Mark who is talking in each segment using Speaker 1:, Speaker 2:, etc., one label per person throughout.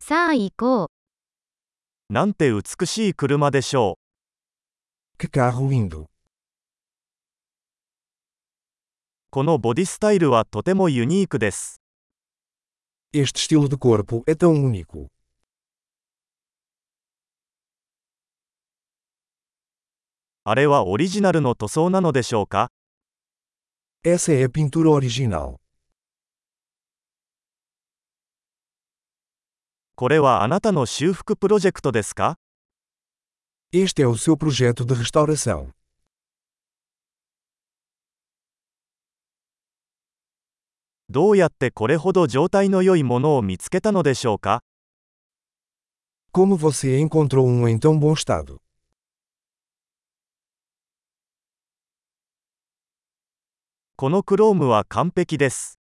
Speaker 1: さあ行こう。
Speaker 2: なんて美しい車でしょう。
Speaker 3: Que carro lindo!
Speaker 2: このボディスタイルはとてもユニークです。
Speaker 3: Este estilo de corpo é tão único.
Speaker 2: あれはオリジナルの塗装なのでしょうか
Speaker 3: Essa é a pintura original.
Speaker 2: これはあなたの修復プロジェクトですか
Speaker 3: Este é o seu projeto de restauração.
Speaker 2: どうやってこれほど状態の良いものを見つけたのでしょうか
Speaker 3: Como você encontrou um em tão bom estado?
Speaker 2: このクロームは完璧です。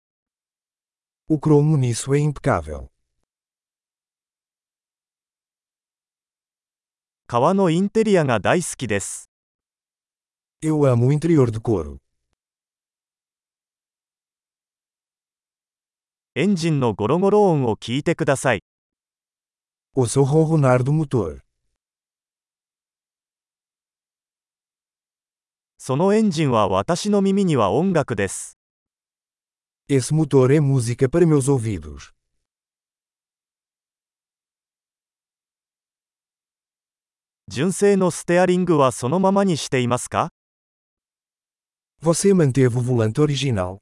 Speaker 3: O cromo nisso é impecável.
Speaker 2: 革のインテリアが大好きです。
Speaker 3: Eu amo o interior de couro.
Speaker 2: エンジンのゴロゴロ音を聞いてください。
Speaker 3: Ouça o ronronar do motor.
Speaker 2: そのエンジンは私の耳には音楽です。
Speaker 3: Esse motor é música para meus ouvidos.
Speaker 2: 純正のステアリングはそのままにしていますか
Speaker 3: Você manteve o volante original?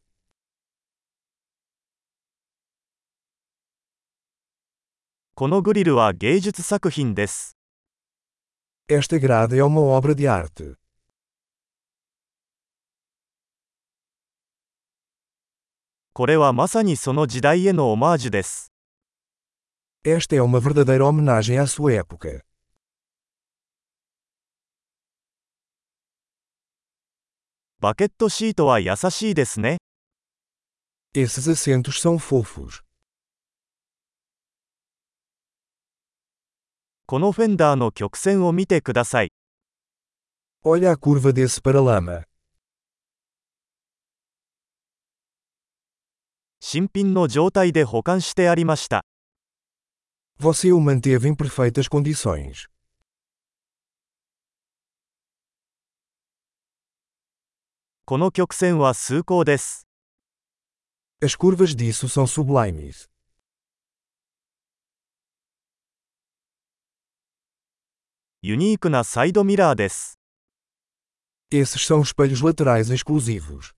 Speaker 2: このグリルは芸術作品です。
Speaker 3: Esta grade é uma obra de arte.
Speaker 2: これはまさにその時代へのオマージュです。
Speaker 3: Esta é uma verdadeira homenagem à sua época.
Speaker 2: バケットシートは優しいですね。
Speaker 3: Esses assentos são fofos.
Speaker 2: このフェンダーの曲線を見てください。
Speaker 3: Olha a curva desse paralama.
Speaker 2: 新品の状態で保管してありました。
Speaker 3: Você o manteve em perfeitas condições.
Speaker 2: この曲線は崇高です。
Speaker 3: As curvas disso são sublimes.
Speaker 2: ユニークなサイドミラーです。
Speaker 3: Esses são espelhos laterais exclusivos.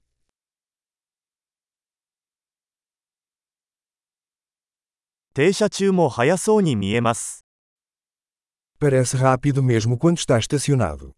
Speaker 2: 停車中も速そうに見えます。
Speaker 3: Parece rápido mesmo quando está estacionado.